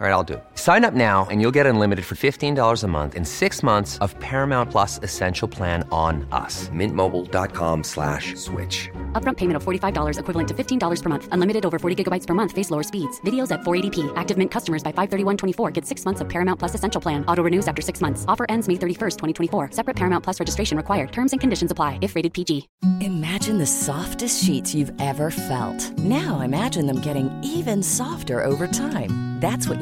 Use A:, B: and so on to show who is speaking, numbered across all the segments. A: All right, I'll do. it. Sign up now and you'll get unlimited for $15 a month in six months of Paramount Plus Essential Plan on us. Mintmobile.com slash switch.
B: Upfront payment of $45 equivalent to $15 per month. Unlimited over 40 gigabytes per month. Face lower speeds. Videos at 480p. Active Mint customers by 531.24 get six months of Paramount Plus Essential Plan. Auto renews after six months. Offer ends May 31st, 2024. Separate Paramount Plus registration required. Terms and conditions apply if rated PG.
C: Imagine the softest sheets you've ever felt. Now imagine them getting even softer over time. That's what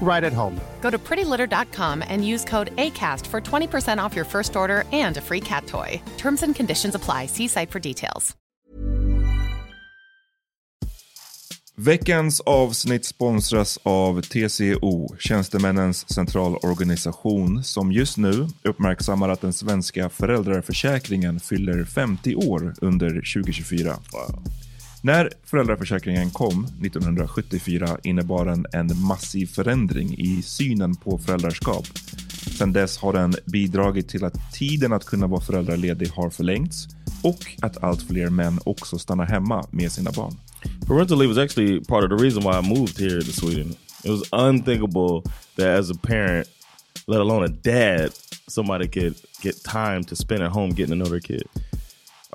D: right at home.
E: Go to prettylitter.com and use code ACAST for 20% off your first order and a free cat toy. Terms and conditions apply. See site for details.
F: Veckans avsnitt sponsras av TCO, Tjänstemännens centralorganisation, som just nu uppmärksammar att den svenska föräldraförsäkringen fyller 50 år under 2024. När föräldraförsäkringen kom 1974 innebar den en massiv förändring i synen på föräldraskap. Sedan dess har den bidragit till att tiden att kunna vara föräldraledig har förlängts och att allt fler män också stannar hemma med sina barn.
G: Parental leave was actually part of the reason why I moved here to Sweden. It was unthinkable that as a parent, let alone a dad, somebody could get time to spend at home getting to know their kid.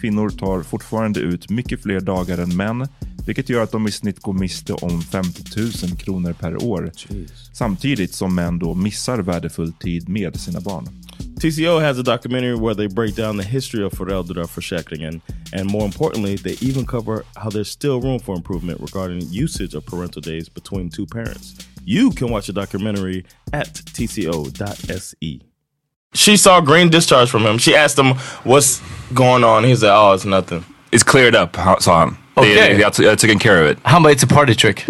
F: Kvinnor tar fortfarande ut mycket fler dagar än män, vilket gör att de i snitt går miste om 50 000 kronor per år. Samtidigt som män då missar värdefull tid med sina barn.
G: TCO has a documentary where they break down the history of föräldraförsäkringen and more importantly, they even cover how there's still room for improvement regarding usage of parental days between two parents. You can watch the documentary at tco.se. She saw green discharge from him. She asked him, "What's going on?" He said, "Oh, it's nothing.
H: It's cleared up, ha- sa han.
G: Okej.
H: Det, jag, jag har taken care of it.
I: Han bara, it's a party trick.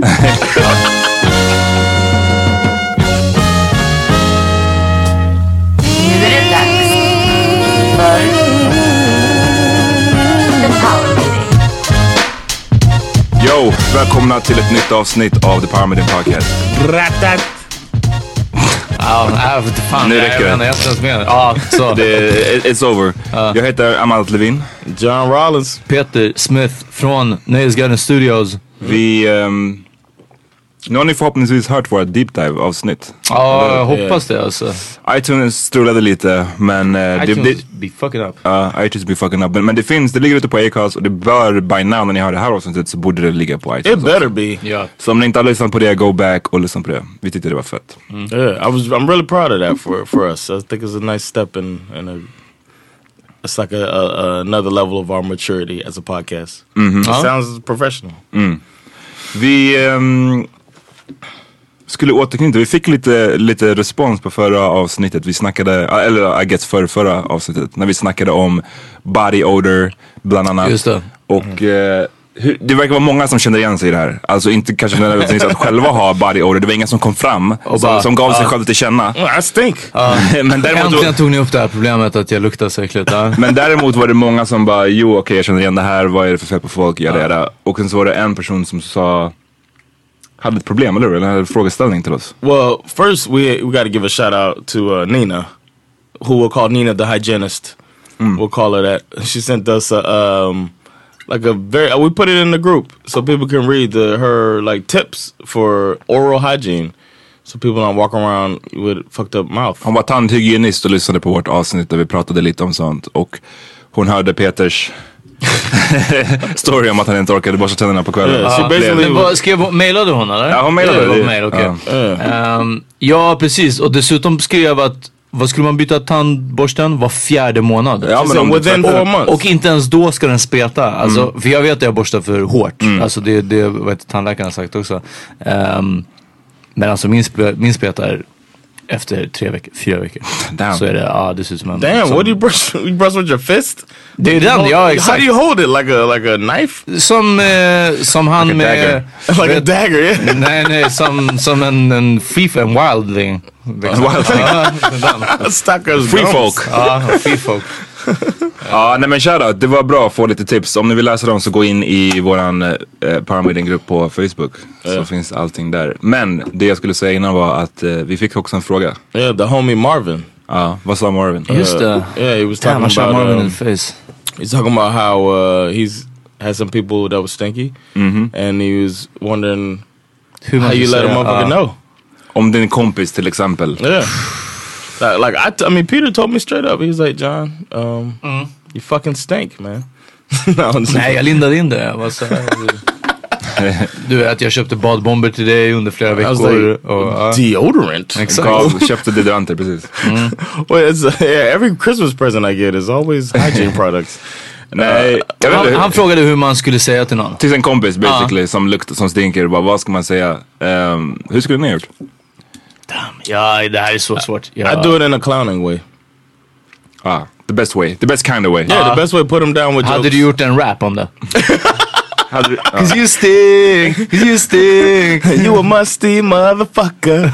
H: Yo, välkomna till ett nytt avsnitt av The Power Meeting Podcast.
I: Ja, nej, för äh, fan.
H: Nu
I: jag-
H: räcker det.
I: Jag vet inte, jag ska inte med. Ja, så.
H: Det, it- it's over. Jag heter Amat Levin.
G: John Rollins.
I: Peter Smith från Nöjesgarden Studios.
H: Vi... ehm, nu har ni förhoppningsvis hört våra deep dive avsnitt.
I: Ja, jag hoppas det alltså.
H: iTunes strulade lite, men... eh, det-
I: iTunes
H: det-
I: be fucking up.
H: Ja, iTunes blir fucking up. Men, men det finns, det ligger ute på Acast och det bör by now när ni hör det här avsnittet så borde det ligga på iTunes.
G: It better be.
I: Ja.
H: Så om ni inte har lyssnat på det, go back och lyssna på det. Vi tyckte det var fett.
G: Yeah, I was. I'm really proud of that for for us. I think it's a nice step in, in a. It's like a, a, a- another level of our maturity as a podcast. It
I: Ja.
G: sounds professional.
H: Vi ehm, skulle återknyta, vi fick lite, lite respons på förra avsnittet. Vi snackade, eller I guess för förra avsnittet, när vi snackade om body odor bland annat.
I: Just det.
H: Och eh, hur, det verkar vara många som känner igen sig i det här. Alltså inte kanske nödvändigtvis att själva ha body odor, det var ingen som kom fram
I: Och
H: som,
I: bara,
H: som gav sig
I: ah.
H: själv till känna.
G: Well, I stink.
H: men,
I: Äntligen
H: däremot,
I: tog ni upp det här problemet att jag luktar så äckligt. Ja.
H: men däremot var det många som bara, jo okej jag känner igen det här, vad är det för fel på folk, yada yada. Och sen så var det en person som sa, hade ett problem, eller hur? Eller hade en frågeställning till oss.
G: Well, first we we got to give a shout out to uh, Nina, who we'll call Nina the hygienist. We'll call her that. She sent us a um, like a very. We put it in the group so people can read the her like tips for oral hygiene. so people don't walk around with fucked up mouth.
H: Hon var tandhygienist och lyssnade på vårt avsnitt där vi pratade lite om sånt. Och hon hörde Peters story om att han inte orkade borsta tänderna på kvällen.
G: Yeah, she
H: Ah.
G: basically-
H: Blev-
I: Men vad, skrev hon, mailade hon eller?
H: Ja, hon mailade
I: det.
H: det.
I: Hon mail, okej. Ehm, ja, precis. Och dessutom skrev att, vad skulle man byta tandborsten? Var fjärde månad.
H: Ja, men om du
G: within
H: tvättar-
G: four months.
I: Och inte ens då ska den speta. Alltså, För jag vet att jag borstar för hårt. Alltså det, det vet tandläkaren har sagt också. Ehm, men alltså min, sp min spetar efter tre veckor, fyra veckor.
H: Damn.
I: Så är det, ja det ser ut som en...
G: Damn,
I: som,
G: what do you brush? You brush with your fist?
I: Det är den, ja
G: How
I: exakt.
G: do you hold it? Like a like a knife?
I: Som, eh, som han
H: Like a
I: med...
G: Like a
I: vet-
G: dagger? Yeah.
I: Nej, nej, som, som en, en FIFA, en wildling.
H: Wildling.
I: Ja, den.
G: Stalker's
H: Free
G: gums.
H: folk.
I: Ja, fifa.
H: Ja, nej men shoutout. Det var bra att få lite tips. Om ni vill läsa dem så gå in i våran eh, Paramedian-grupp på Facebook. Så finns allting där. Men det jag skulle säga innan var att eh, vi fick också en fråga.
G: Yeah, the homie Marvin.
H: Ja, vad sa Marvin?
I: Just det.
G: uh, Yeah, he was
I: Damn, I
G: talking
I: shot
G: about.
I: Marvin in
G: Um,
I: the face.
G: he's talking about how uh, he's had some people that was stinky, and he was wondering
I: Hur
G: how
I: man
G: you
I: ska
G: let a
I: säga,
G: motherfucker
I: ja.
G: know.
H: Om din kompis till exempel.
G: Yeah. like, like I, t I mean, Peter told me straight up. He's like, John, um, you fucking stink, man. no, I'm just-
I: Nej, jag lindade in det. Jag var så här, du vet, jag köpte badbomber till dig under flera
G: I was
I: veckor.
G: like,
I: och, ja.
G: deodorant.
I: Exakt.
H: Gav, köpte deodoranter, precis.
G: Well, it's, yeah, every Christmas present I get is always hygiene products. Eh,
H: Nej, jag vet
I: Han,
H: inte.
I: han frågade hur man skulle säga till någon.
H: Till sin kompis
G: Ah.
H: basically som luktar, som stinker. Bara, vad ska man säga? Ehm, hur skulle ni ha gjort?
I: Ja, det här är så svårt. Ja.
G: I do it in a clowning way.
H: Ah, the best way. The best kind of way.
G: Yeah, the best way to put him down with
I: Hade
G: jokes.
I: du gjort en rap om det?
H: Hade du- ja.
I: Cause you stink, cause you stink.
G: you a musty motherfucker.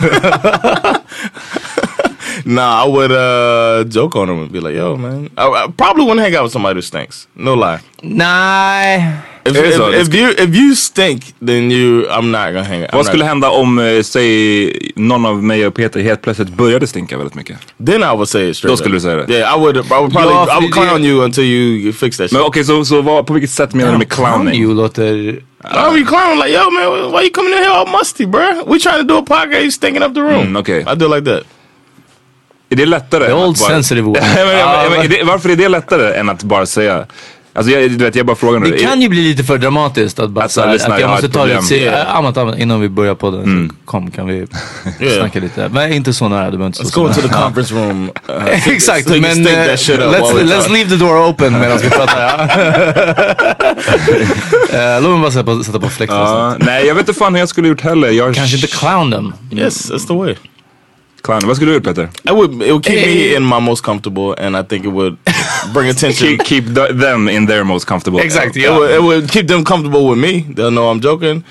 G: nah, I would uh, joke on him and be like, "Yo, man, I, I probably wouldn't hang out with somebody who stinks. No lie.
I: Nej.
G: If,
H: It is
G: if-
H: all-
G: if you if you stink, then you, I'm not gonna hang out. I'm
H: Vad
G: not-
H: skulle hända om, eh, säg, någon av mig och Peter helt plötsligt började stinka väldigt mycket?
G: Then I would say it straight.
H: Då skulle
G: up.
H: du säga det.
G: Yeah, I would. I would probably.
I: Ja,
G: I
I: för
G: would
I: det-
G: clown you until you fix that shit.
H: Men okej, så, så vad, på vilket sätt menar du med clowning?
I: You låter...
G: I would be clowning like, "Yo, man, why you coming in here all musty, bruh? We trying to do a podcast. You stinking up the room.
H: Mm, okay.
G: I do it like that.
H: Är det lättare?
I: The
H: än att
I: old
H: bara-
I: sensitive one.
H: Nej, men- men- men är det- Varför är det lättare än att bara säga? Alltså jag, du vet, jag bara frågar nu.
I: Det kan ju bli lite för dramatiskt att bara
H: Alltså,
I: så här,
H: lyssna, jag
I: att jag
H: har
I: måste
H: ett
I: ta lite
H: problem.
I: se- äh, Amat, Amat, innan vi börjar podden så kom kan vi snacka lite. Men inte så nära, du behöver inte
G: Let's
I: stå
G: go
I: så
G: into
I: nära.
G: the conference room. Uh,
I: Exakt,
G: so you
I: men
G: stink
I: eh,
G: that shit up
I: let's,
G: while we
I: let's
G: talk.
I: leave the door open medan vi pratar. ja. Eh, Låt mig bara sätta på, sätta på
E: Ah,
I: flex. alltså.
H: Ja, nej, jag vet inte fan hur jag skulle gjort heller. Jag
I: Kanske inte clown dem.
G: yes, that's the way.
H: clown. Vad skulle du gjort Peter?
G: It would it would keep me
I: Eh,
G: in my most comfortable, and I think it would bring attention.
H: Keep, keep the, them in their most comfortable.
G: exactly. It would, it would keep them comfortable with me. They'll know I'm joking.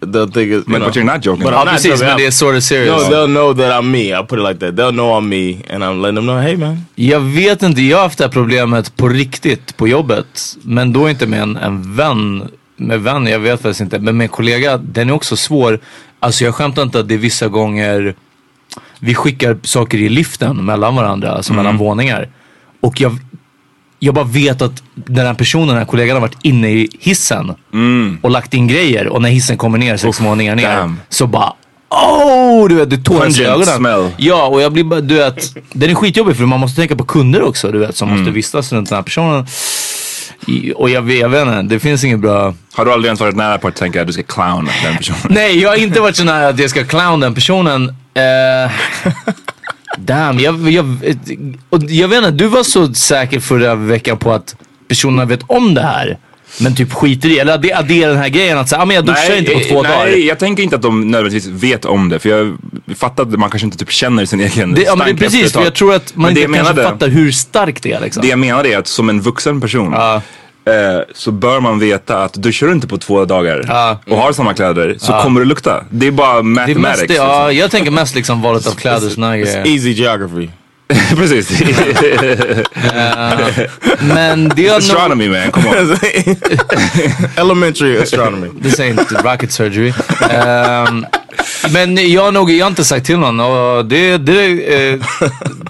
G: They'll think it's. You
H: But,
G: know,
H: but you're not joking.
G: But
I: Ja
G: I'm not
I: precis,
G: joking.
I: men det är sort of serious.
G: No, they'll know that I'm me. I'll put it like that. They'll know I'm me, and I'm letting them know, hey man.
I: Jag vet inte, jag har haft det här problemet på riktigt på jobbet. Men då inte med en, en vän. Med vän, jag vet faktiskt inte. Men med en kollega, den är också svår. Alltså jag skämtar inte att det är vissa gånger vi skickar saker i liften mellan varandra, alltså mellan våningar. Och jag, jag bara vet att den här personen, den här kollegan har varit inne i hissen och lagt in grejer. Och när hissen kommer ner sex våningar ner
H: damn.
I: så bara Oh, du vet, du tårar i
H: Pungent
I: ögonen.
H: smell.
I: Ja, och jag blir bara, du vet, den är skitjobbig för man måste tänka på kunder också, du vet, som
H: Mm.
I: måste vistas runt den här personen. I- Och jag, vet- jag vet inte, det finns inget bra...
H: Har du aldrig ens varit nära på att tänka att du ska clowna den personen?
I: Nej, jag har inte varit så nära att jag ska clown den personen. Eh, damn, jag, jag, och jag vet inte, du var så säker förra veckan på att personerna vet om det här. Men typ skiter i, eller att det, att det är den här grejen att säga, ah, men jag duschar inte på
H: eh,
I: två
H: nej,
I: dagar.
H: jag tänker inte att de nödvändigtvis vet om det. För jag fattar att man kanske inte typ känner sin egen
I: Det, ja, men det är
H: stank efter ett
I: precis, för
H: tag.
I: jag tror att man
H: Men det
I: inte
H: jag
I: kanske
H: menade-
I: fattar hur starkt det är liksom.
H: Det jag menar är att som en vuxen person
I: Ja.
H: eh, så bör man veta att duschar du inte på två dagar
I: Ja.
H: och har samma kläder så kommer du lukta. Det är bara
I: Det är
H: mathematics.
I: mest det, ja, jag tänker mest liksom valet av kläder och såna
G: It's
I: grejer.
G: easy geography.
H: liksom. Precis.
I: Men det är nog...
H: Astronomy man, come on.
G: Elementary astronomy.
I: Det säger inte rocket surgery. Ehm, men jag har nog, jag har inte sagt till någon och det, det är eh,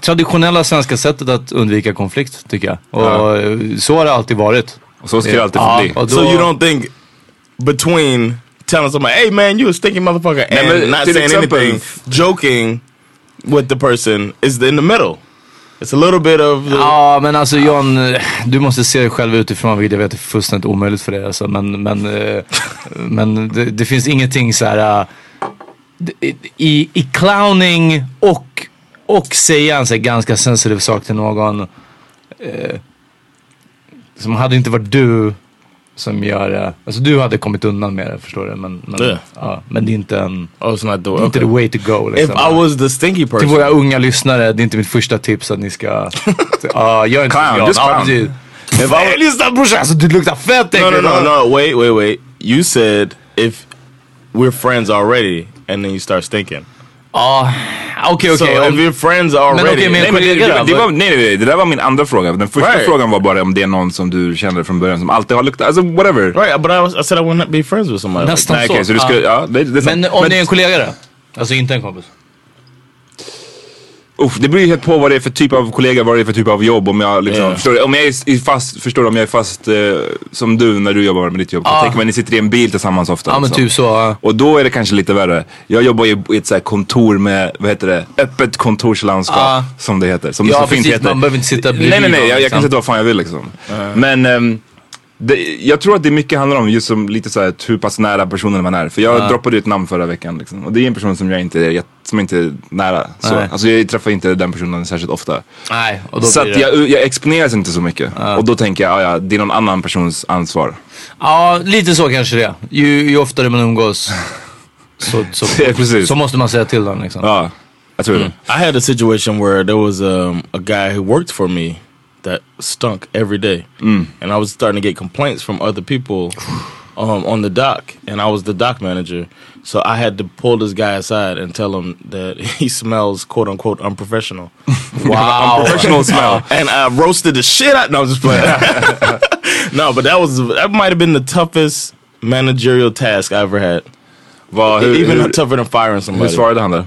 I: traditionella svenska sättet att undvika konflikt tycker jag. Och eh, så har det alltid varit.
G: Ah,
H: Och så ska det alltid få bli.
I: och då,
G: So you don't think between telling somebody, "Hey man, you a stinky motherfucker," and
J: men
G: not
J: till
G: saying
J: exempel-
G: anything, joking with the person is in the middle. It's a little bit of the,
I: Ja, men alltså John, eh, du måste se dig själv utifrån, vilket jag vet är fullständigt omöjligt för dig. Alltså. Men, men, eh, men det, det finns ingenting så här... eh, d- I, i clowning och, och säga en så här ganska sensitiv sak till någon eh, som hade inte varit du som gör det. Alltså du hade kommit undan med det, förstår du? Men, men,
G: Det.
I: ja, men det är inte en...
G: oh, it's not the,
I: det är Inte the
G: okay.
I: way to go
G: If
I: liksom.
G: I was the stinky
I: Till
G: person,
I: våra unga lyssnare, det är inte mitt första tips att ni ska... Ja, gör inte
H: Clown,
I: som jag.
H: just
I: Ja,
H: clown.
I: precis.
G: if I was,
I: Hey, lyssna brorsan, alltså du luktar fett
G: no, no,
I: äckligt.
G: no, no, wait, wait, wait. You said if we're friends already, and then you start stinking.
I: Ah, Okej, okej.
G: so if
I: om-
G: we're friends
I: Men
G: already,
I: okej, men
H: Nej, men det,
I: kollega
H: det,
I: då?
H: det var, nej, nej, nej, det där var min andra fråga. Den första
G: Right.
H: frågan var bara om det är någon som du känner från början som alltid har luktat, alltså whatever.
G: right? But I, was, I said I would not be friends with somebody. Like,
I: Nästan
H: Nej,
I: så.
H: okej, så du ska,
I: Ja.
H: ja, det, det är sant.
I: Men om det är en kollega då? Alltså inte en kompis.
H: Uff, det beror ju helt på vad det är för typ av kollega, vad det är för typ av jobb. Om jag, liksom,
G: Ja.
H: förstår, du? om jag är i fast, förstår du, om jag är fast eh, som du när du jobbar med ditt jobb. Så tänker man ni sitter i en bil tillsammans ofta.
I: Ja men
H: liksom.
I: typ så. ja.
H: Och då är det kanske lite värre. Jag jobbar ju i ett så här kontor med, vad heter det, öppet kontorslandskap
I: Ja.
H: som det heter. Som
I: Ah. Ja,
H: det så fint
I: precis.
H: heter.
I: Man behöver inte sitta
H: Nej, nej, nej.
I: bredvid
H: Jag,
I: någon,
H: jag
I: liksom.
H: kan sitta vad fan jag vill liksom. Men ehm, det, jag tror att det är mycket handlar om just som lite så här, typ hur pass nära personen man är. För jag droppade ju ett namn förra veckan liksom. Och det är en person som jag inte är, jätt- som inte är nära. Så,
I: Nej.
H: alltså jag träffar inte den personen särskilt ofta.
I: Nej, och då
H: Så
I: blir
H: att
I: det.
H: jag, jag exponeras inte så mycket. Och då tänker jag, "Ah, ja, ja, det är någon annan persons ansvar.
I: Ja, lite så kanske det är. Ju, ju oftare man umgås så, så,
H: Ja, precis.
I: så måste man säga till den liksom.
H: Ja, jag tror
I: Mm.
H: det.
G: I had a situation where there was um, a guy who worked for me that stunk every day, and I was starting to get complaints from other people um, on the dock, and I was the dock manager, so I had to pull this guy aside and tell him that he smells "quote unquote" unprofessional.
I: Wow.
H: Professional smell.
G: and I roasted the shit out. No, I'm just playing. no, but that was that might have been the toughest managerial task I ever had. E-,
H: Vad, hur,
G: Even
H: hur,
G: tougher than firing
H: hur
G: somebody.
H: svarade han då?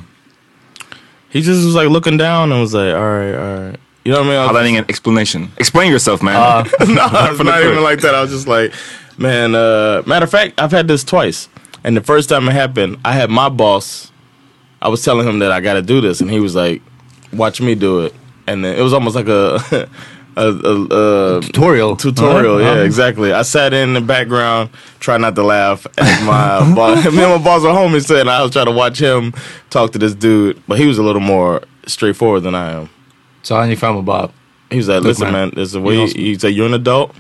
G: He just was like looking down and was like, "All right, all right." You know what I mean? I was
H: Hade han ingen explanation? Explain yourself man.
G: no, it's not even like that. I was just like, man. Uh, matter of fact, I've had this twice, and the first time it happened, I had my boss. I was telling him that I got to do this, and he was like, "Watch me do it." And then it was almost like a a, a, a
I: Tutorial. Uh-huh.
G: tutorial.
I: Ja,
G: Yeah,
I: ja.
G: exactly. I sat in the background, try not to laugh. And my boss, me and my boss were homies, and I was trying to watch him talk to this dude, but he was a little more straightforward than I am.
I: Så han gick fram och bara,
G: He was like,
I: Look,
G: "Listen,
I: man,
G: man, there's a
I: you
G: way.
I: know-
G: You, he's like, you're an adult.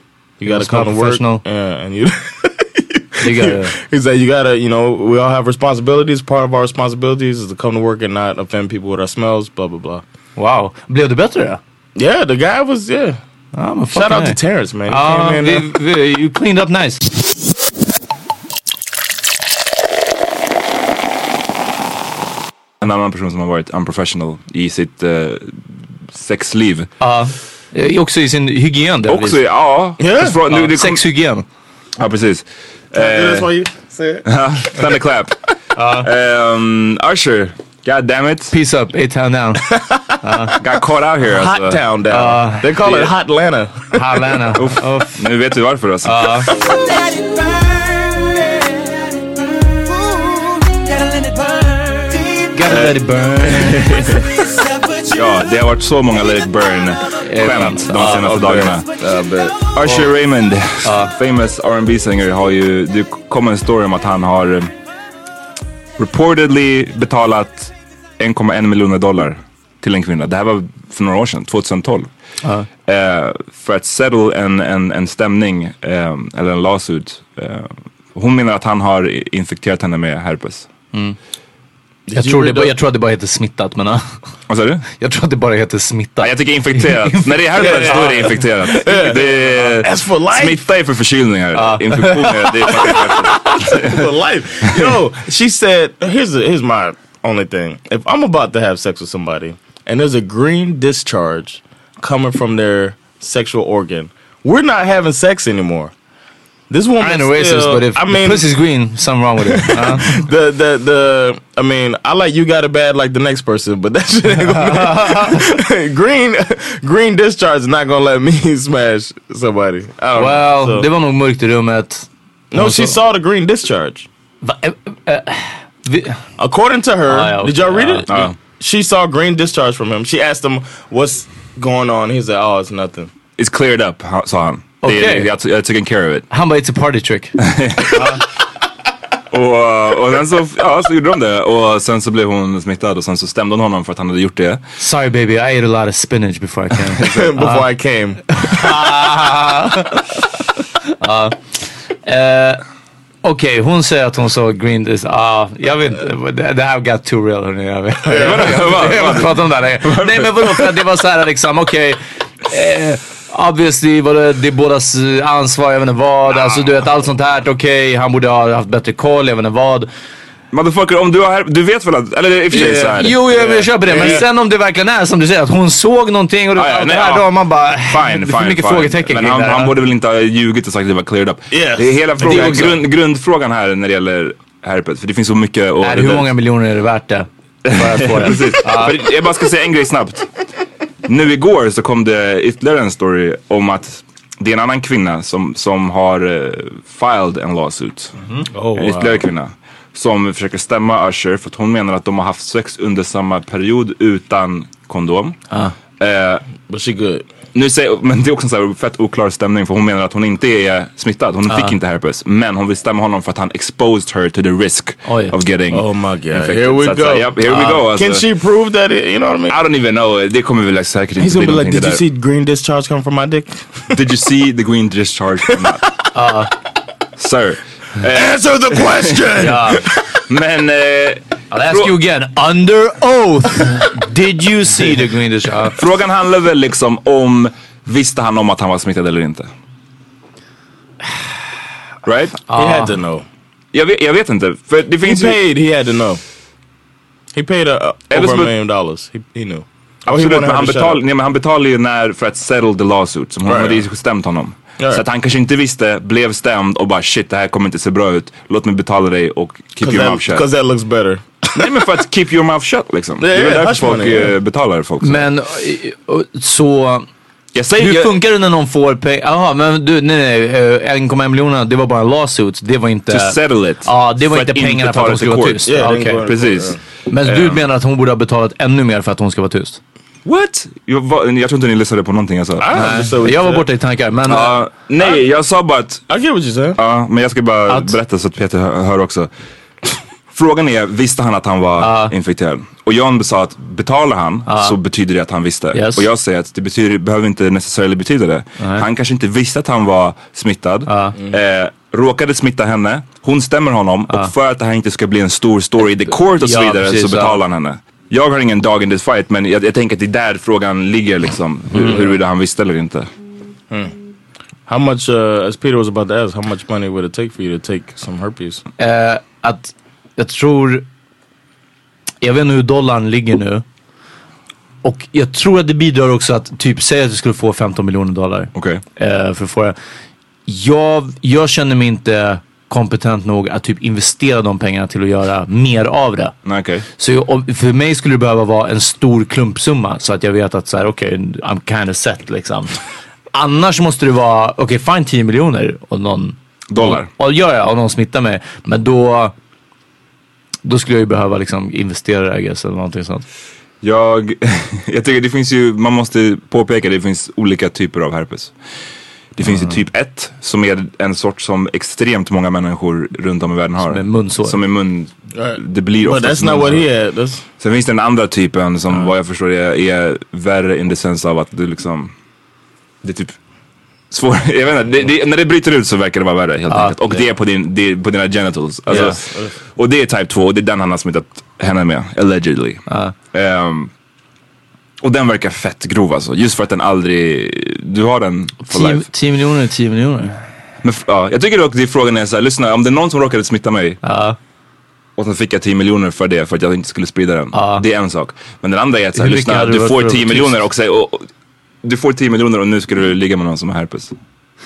G: You,
I: You
G: gotta
I: must not
G: come to work.
I: professional.
G: Yeah, and you.
I: you gotta,
G: he's like, you gotta. You know, we all have responsibilities. Part of our responsibilities is to come to work and not offend people with our smells. Blah blah blah.
I: wow. Blev det bättre då?
G: Yeah, the guy was. Yeah.
I: Ja, men
G: Shout
I: fucking
G: out to
I: nej.
G: Terrence, man. He
I: Ja,
G: came in, uh,
I: vi, vi, you cleaned up nice.
H: en annan person som har varit unprofessional i sitt eh, sexliv.
I: Ja. Eh, Också i sin hygien. där
H: Också,
I: vis.
H: ja.
G: Ja.
H: Fast från-
I: Ja,
H: Nu, det kom,
I: Sexhygien.
H: ja, precis. Eh,
G: that's why you say it.
H: Thunderclap. um, Usher. God damn it.
I: Peace up, eight hand down. Uh,
H: Got caught out here
G: Hot
H: alltså.
G: town down. they call it
H: yeah.
G: Hot Atlanta.
I: Hallana. Uff.
H: Nu vet du varför alltså.
I: Gotta let it burn.
H: Ja, det har varit så många Let it burn skämt de senaste dagarna. Usher Raymond, famous rb singer har ju, det kom en story om att han har eh, reportedly betalat 1,1 miljoner dollar till en kvinna. Det här var för några år sedan, 2012. Eh, för att settle en, en, en stämning, eh, eller en lawsuit. Eh, hon menar att han har i- infekterat henne med herpes.
I: Jag tror, det, bara- jag tror att det bara heter smittat men ja.
H: Vad sa du?
I: Jag tror att det bara heter smittat.
H: Ja, jag tycker infekterat. När det är herpes då är det infekterat. Det är,
G: That's for life.
H: smitta är för förkylningar. Infektioner, det är faktiskt herpes.
G: for life. Yo, she said, here's a, here's my only thing. If I'm about to have sex with somebody and there's a green discharge coming from their sexual organ, we're not having sex anymore. This woman
I: I ain't a racist
G: still,
I: but if
G: I mean
I: the pussy's green, something wrong with it. Ja.
G: the the the I mean I like you got it bad like the next person, but that shit ain't gonna green green discharge is not gonna let me smash somebody. I don't know.
I: well,
G: So-
I: det var nog mörkt i rummet.
G: no,
I: Och
G: she
I: så-
G: saw the green discharge.
I: Va, eh, eh, vi,
G: According to her,
I: Oh, yeah,
G: did y'all
I: okay,
G: read
I: yeah.
G: it?
H: Oh.
G: She saw green discharge from him. She asked him, "What's going on?" He said, "Oh, it's nothing."
H: It's cleared up, ha- sa han. Det,
I: Okej.
H: okay. jag, jag har taken care of it.
I: han bara, it's a party trick.
H: Och, eh, och sen så, ja, så gjorde de det. Och sen så blev hon smittad och sen så stämde hon honom för att han hade gjort det.
I: Sorry baby, I ate a lot of spinach before I came.
G: Before
I: Uh-huh.
G: I came,
I: Okej, hon säger att hon såg Green Dis... Ah, jag vet inte. Det det här got too real hörni. Jag vet Jag vill inte prata om det här längre. Nej men vadå, för att det var så här liksom, okej. eh, Obviously, var det, det är bådas eh, ansvar, jag vet inte
H: Ah.
I: vad. Alltså du vet, allt sånt här. Okej, han borde ha haft bättre koll, jag vet inte vad.
H: Motherfucker, om du har, du vet väl att, eller i och för sig så här.
I: Jo, jag, jag köper det. Men
H: Yeah.
I: sen om det verkligen är som du säger, att hon såg någonting och det,
H: Ah, ja,
I: allt
H: nej,
I: det här.
H: ja.
I: Då har man bara...
H: Fine,
I: det är
H: fine,
I: för mycket
H: fine.
I: frågetecken
H: Men
I: kring
H: han,
I: det här.
H: han borde väl inte ha ljugit och sagt att det var cleared up.
G: Yes.
H: Det är hela
G: Det
H: frågan,
G: också.
H: grund, grundfrågan här när det gäller herpes. För det finns så mycket att...
I: Nej, hur många miljoner är det värt det? För att få det.
H: Precis. För jag bara ska säga en grej snabbt. Nu igår så kom det ytterligare en story om att det är en annan kvinna som, som har eh, filed en lawsuit.
G: Oh,
H: en ytterligare kvinna. Som försöker stämma Usher för att hon menar att de har haft sex under samma period utan kondom. Eh,
G: but she good.
H: nu säger, men det är också en så här fett oklar stämning för hon menar att hon inte är smittad. Hon fick inte herpes. Men hon vill stämma honom för att han exposed her to the risk
I: Oj.
H: of getting
G: Oh my god.
H: infected.
G: Here we
H: Så
G: go.
H: att säga, yep, here we go.
G: Uh, Can
H: alltså.
G: she prove that? It, you know what I mean?
H: I don't even know. Det kommer väl säkert
G: He's
H: inte
G: gonna be like,
H: någonting
G: "Did you
H: där.
G: see green discharge come from my dick?"
H: Did you see the green discharge from that? Sir. Eh,
G: Answer the question.
H: Men... Eh,
I: I'll ask you again, under oath, did you see the green dish? Ja.
H: frågan handlar väl liksom om, visste han om att han var smittad eller inte? Right?
G: He had to
I: Ah.
G: know.
H: Jag, vet, jag vet inte. För det
G: He
H: finns ju...
G: paid. He had to know. He paid uh, over a
H: Elizabeth-
G: million dollars. He, he
H: Typ
G: knew. Oh, he
H: Absolut,
G: wanted
H: men
G: her
H: han,
G: to shut
H: betal,
G: up.
H: nej, men han betalar ju när för att settle the lawsuit som hon
G: Right.
H: hade ju stämt honom.
G: Right.
H: Så att han kanske inte visste, blev stämd och bara shit det här kommer inte se bra ut. Låt mig betala dig och keep
G: Cause
H: your mouth
G: that,
H: shut.
G: 'cause that looks better.
H: Nej men för att keep your mouth shut liksom.
G: Ja,
H: det är
G: ja,
H: väl därför
G: hush
H: folk
G: money, ja.
H: eh, betalar folk. så.
I: Men eh, och- så,
H: jag säger,
I: hur
H: jag,
I: funkar det när någon får pengar? Jaha, men du, nej nej, eh, 1,1 miljoner, det var bara en lawsuit. Det var inte...
H: To settle it.
I: eh, Ja, det var
H: För
I: inte
H: att inte
I: pengarna
H: ta
I: för att
H: det till
I: hon skulle vara
H: court.
I: tyst.
G: Yeah,
I: Ja,
G: det
I: okej.
G: går-
H: Precis.
I: Men du menar att hon borde ha betalat ännu mer för att hon ska vara tyst?
H: What? Jag, var, jag tror inte ni lyssnade på någonting jag sa.
I: Ah.
G: I, understood what you
I: Jag var
G: said.
I: borta i tankar, men...
H: Ja, nej, jag sa bara att,
G: I get what you're saying.
H: ja, men jag ska bara
I: Att-
H: berätta så att Peter hör, hör också. Frågan är, visste han att han var infekterad? Och John sa att betalar han så betyder det att han visste.
I: Yes.
H: Och jag säger att det betyder, behöver inte necessarigt betyda det. Han kanske inte visste att han var smittad. Eh, råkade smitta henne, hon stämmer honom och för att det här inte ska bli en stor story i the court och så
I: Ja,
H: vidare
I: precis,
H: så
I: ja.
H: betalar han henne. Jag har ingen dag in this fight men jag, jag tänker att det är där frågan ligger liksom. Hur,
I: Mm.
H: Huruvida han visste eller inte.
G: How much, uh, as Peter was about to ask, how much money would it take for you to take some herpes?
I: Eh, att jag tror... Jag vet inte hur dollarn ligger nu. Och jag tror att det bidrar också att, typ, säg att du skulle få 15 miljoner dollar.
H: Okej.
I: eh, för att få det. Jag, jag känner mig inte kompetent nog att typ investera de pengarna till att göra mer av det.
H: Nej, Okej.
I: Så jag, om- för mig skulle det behöva vara en stor klumpsumma så att jag vet att så här, okej, I'm kind of set liksom. Annars måste det vara, okej fine 10 miljoner och någon...
H: Dollar.
I: Och, ja, ja, och någon smittar mig. Men då... Då skulle jag ju behöva liksom investera I guess, eller någonting sånt.
H: Jag, jag tycker det finns ju, man måste påpeka det finns olika typer av herpes. Det finns
I: Mm.
H: ju typ 1 som är en sort som extremt många människor runt om i världen har.
I: Som är munsår.
H: Som är mun... Det blir
G: But
H: oftast
G: that's not what
H: munsår.
G: he had. That's,
H: Sen finns det den andra typen som vad jag förstår är, är värre in the sense av att du liksom... Det är typ svår, jag vet inte, det, det, när det bryter ut så verkar det vara värre helt
I: Ah,
H: enkelt. Och det är på, din, det är på dina genitals. Alltså,
G: Yes.
H: Och det är type 2 och det är den han har smittat henne med, allegedly. Ehm, och den verkar fett grov alltså, just för att den aldrig, du har den for
I: 10,
H: life.
I: 10 miljoner är 10 miljoner.
H: Men, f- ja, jag tycker dock det är frågan är såhär, lyssna om det är någon som råkade smitta mig
I: Ja.
H: och sen fick jag 10 miljoner för det för att jag inte skulle sprida den. Det är en sak. Men den andra är att så här,
I: Hur mycket
H: lyssna,
I: hade
H: du
I: det varit
H: får
I: för att
H: 10
I: vara
H: miljoner
I: tyst?
H: och, säg- och, och du får 10 miljoner och nu ska du ligga med någon som har herpes.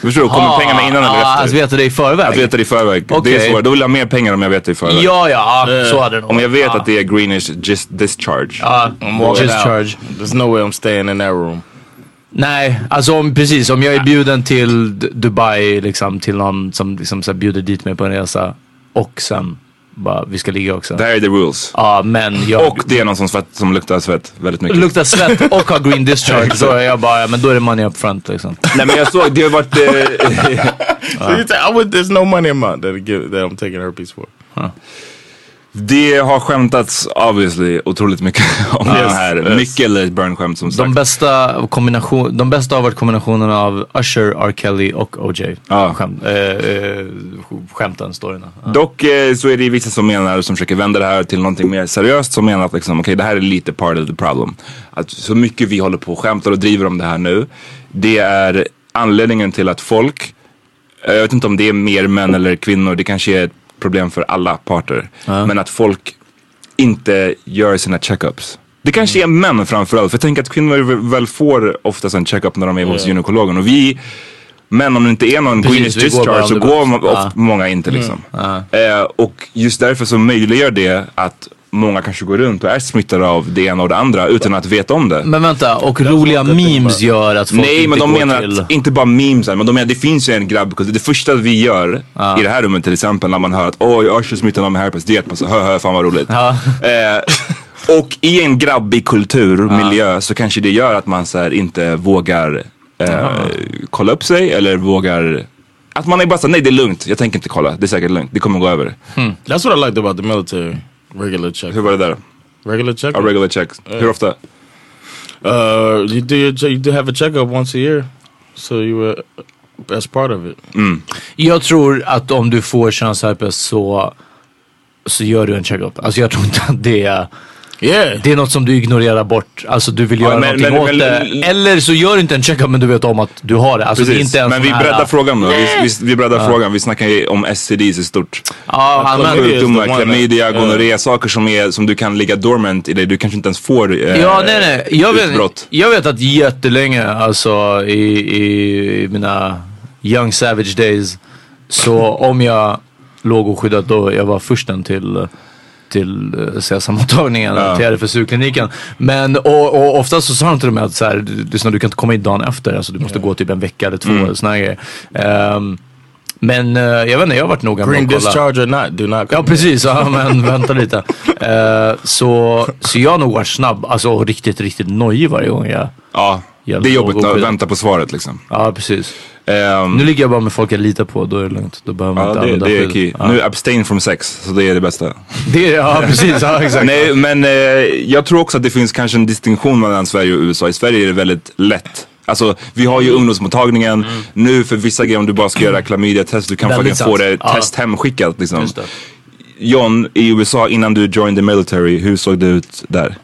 H: Förstår du? Kommer
I: Ah,
H: pengarna innan eller efter?
I: Att veta alltså, det i förväg?
H: Att veta det i förväg. Det
I: Okej.
H: är svårare. Då vill jag ha mer pengar om jag vet det i förväg.
I: Ja, ja, så hade det nog
H: Om jag vet
I: varit. Ah.
H: att det är greenish just discharge.
I: Ja,
G: walking out.
I: discharge.
G: There's no way I'm staying in that room.
I: Nej, alltså om, precis. Om jag är bjuden till D- Dubai, liksom, till någon som liksom, så här, bjuder dit mig på en resa och sen bara, vi ska ligga också.
H: Det här är the rules.
I: Ja, men jag...
H: Och det är någon som, svett, som luktar svett väldigt mycket.
I: Luktar svett och har green discharge. Då är jag bara, ja, men då är det money up front liksom.
H: Nej men jag såg, det har varit... Eh,
G: So you say, I would, there's no money amount that, I give, that I'm taking herpes for.
H: det har skämtats obviously otroligt mycket om det här.
G: yes.
H: Mycket late burn skämt som sagt.
I: De bästa, kombination, de bästa har varit kombinationen av Usher, R. Kelly och OJ.
H: Ja.
I: Skämt, eh, eh, skämten, storyna. Ja.
H: Dock eh, så är det vissa som menar, som försöker vända det här till någonting mer seriöst, som menar att liksom, okej det här är lite part of the problem. Att så mycket vi håller på och skämtar och driver om det här nu, det är anledningen till att folk, eh, jag vet inte om det är mer män eller kvinnor, det kanske är ett problem för alla parter, men att folk inte gör sina checkups. Det kanske är män framförallt, för jag tänker att kvinnor väl får oftast en checkup när de är hos gynekologen. Och vi men om det inte är någon
I: Precis,
H: Greenwich
I: vi går
H: discharge
I: bara
H: så
I: under
H: går
I: bussen.
H: man ofta
I: Ja. Mm.
H: många inte liksom. Eh, och just därför så möjliggör det att många kanske går runt och är smittade av det ena och det andra utan att veta om det.
I: Men vänta, och roliga memes gör att folk
H: Nej
I: inte
H: men de
I: går
H: menar
I: till...
H: att, inte bara memes här, men de menar det finns ju en grabb, alltså det första vi gör i det här rummet till exempel när man hör att åh jag är så smittad av herpes, det är ett hö hö fan vad roligt.
I: Ja.
H: Eh, och i en grabbig kultur, Eh, miljö så kanske det gör att man så här, inte vågar eh, kolla upp sig eller vågar att man är bara såhär, nej det är lugnt, jag tänker inte kolla, det är säkert lugnt, det kommer gå över.
G: That's what I liked about the military. Regular check.
H: Hur var det där?
G: Regular check.
H: A regular check. Hur ofta?
G: Uh, you do your, che- you do have a checkup once a year, so you were as part of it.
I: Jag tror att om du får könsherpes så, så gör du en checkup. Alltså jag tror inte att det är,
G: Yeah,
I: det är något som du ignorerar bort. Alltså du vill göra
H: men-
I: någonting
H: men-
I: åt
H: men-
I: det. Eller så gör du inte en checkup men du vet om att du har det. Alltså det är
H: Precis,
I: inte ens
H: men vi breddar frågan då. Vi, vi, vi breddar frågan, vi snackar ju om STDs i stort.
I: Ja, han
G: Chlamydia is the
H: Sjukdomar,
G: one that-
H: klamydia,
G: Yeah.
H: gonorré, saker som, är, som du kan ligga dormant i dig. Du kanske inte ens får eh,
I: Ja, nej, nej. Jag vet,
H: utbrott.
I: jag vet att jättelänge, alltså i, i mina young savage days, så om jag låg oskyddad då, jag var försten till till eh, CSAM-mottagningen,
H: Ja.
I: till RFSU-kliniken. Men och, och oftast så sa de till mig att så här, du, lyssna, du kan inte komma in dagen efter, alltså, du måste gå typ en vecka eller två
H: Mm.
I: eller såna här grejer. Ehm, men eh, jag vet inte, jag har varit noga
G: green
I: med att kolla.
G: discharge or not, do not.
I: Ja
G: Come
I: precis, ja, men vänta lite. Eh, så, så jag har nog varit snabb, alltså och riktigt, riktigt nojig varje gång jag...
H: Ja,
I: Jävligt
H: det är jobbigt att
I: avundsjuk.
H: vänta på svaret liksom.
I: Ja precis.
H: Ehm,
G: Mm.
I: Nu ligger jag bara med folk jag litar på, då är det lugnt. Då behöver man
H: ja,
I: inte
H: det,
I: använda
H: det är
I: skydd.
H: key.
I: Ja.
H: Nu abstain from sex, så det är det bästa.
I: det är, ja precis, ja exakt.
H: Nej, men eh, jag tror också att det finns kanske en distinktion mellan Sverige och USA. I Sverige är det väldigt lätt. Alltså vi har
I: Mm.
H: ju ungdomsmottagningen. Nu för vissa grejer om du bara ska göra klamydia-test, du kan
I: Väldigt
H: faktiskt få det
I: sant. Ja.
H: test hemskickat liksom.
I: Just det.
H: John, i USA innan du joined the military, hur såg det ut där?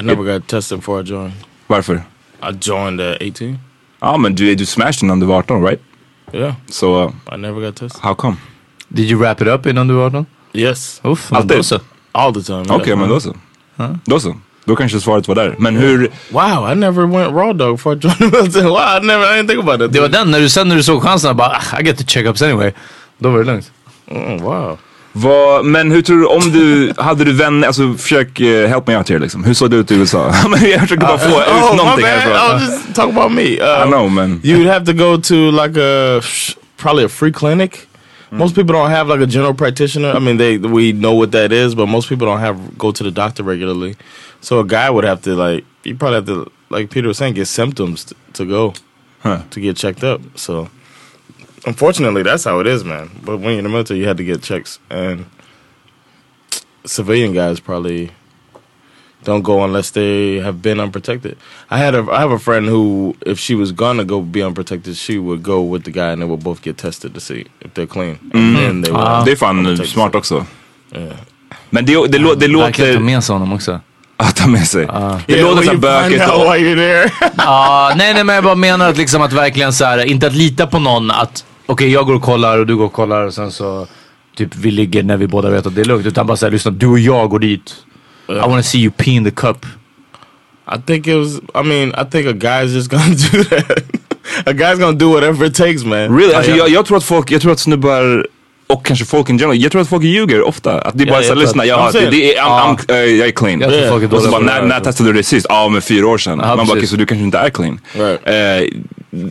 G: I never got tested before I joined.
H: Varför?
G: I joined at 18.
H: Ja men du, du smashed innan du var 18 right?
G: Yeah,
H: Så uh,
G: I never got tested.
H: how come?
I: Did you wrap it up innan du var 18?
G: Yes,
I: Uff, men
H: Alltid.
I: då så.
G: all the time. yeah.
H: Okej men då så. Då så. Då kanske svaret var där. Men hur,
G: Wow, I never went raw dog before I joined the military. Wow, I never, I didn't think about that.
I: Det var den, när du, sen när du såg chansen, bara ah, I get the checkups anyway. Då var det lugnt.
G: Mm, wow.
H: vad, men hur tror du, om du, hade du vänner, alltså försök, eh, help me out here liksom. Hur såg det ut i USA? Men jag försöker bara få
G: Oh,
H: ut
G: my
H: någonting
G: bad. I'll
H: härifrån.
G: just talk about me. Uh,
H: I know man.
G: You'd have to go to like a probably a free clinic.
H: Mm.
G: Most people don't have like a general practitioner. I mean, they we know what that is, but most people don't have go to the doctor regularly. So a guy would have to like you probably have to like Peter was saying get symptoms t- to go
H: Huh.
G: to get checked up. So unfortunately, that's how it is, man. But when you're in the military, you had to get checks, and civilian guys probably don't go unless they have been unprotected. I had a I have a friend who, if she was gonna go be unprotected, she would go with the guy and they would both get tested to see if they're clean. And then they would
H: Det är fan
G: unprotected.
H: smart också. Men det, det, lå- det
I: Eh. Verkligen ta
H: låter...
I: med sig honom också.
H: Att ta med sig. Det
G: Yeah, well,
H: låter så
G: you find
H: bökigt.
G: out while you're there.
I: Ja, nej, nej men jag bara menar att liksom att verkligen så här, inte att lita på någon att okej jag går och kollar och du går och kollar och sen så typ vi ligger när vi båda vet att det är lugnt. Utan bara såhär, lyssna du och jag går dit. I wanna see you pee in the cup.
G: I think it was. I mean, I think a guy's just gonna do that. a guy's gonna do whatever it takes, man.
H: Really? Alltså,
G: I,
H: jag, jag tror att folk, jag tror att snubbar och kanske folk in general, jag tror att folk ljuger ofta. Att det är bara
G: jag
H: såhär,
G: tror
H: lyssna,
G: att-
H: jag,
G: I'm
H: har- det,
G: saying-
H: det är, I'm,
I: Ja.
H: I'm, eh, jag är clean.
I: Jag tror
G: Yeah.
I: folk är
H: Och så
I: dåliga
H: bara,
I: på det
H: när,
I: här.
H: när testade du det sist? Ja, men fyra år sedan. Man bara,
I: precis.
H: okej, så du kanske inte är clean.
G: Right.
H: Eh,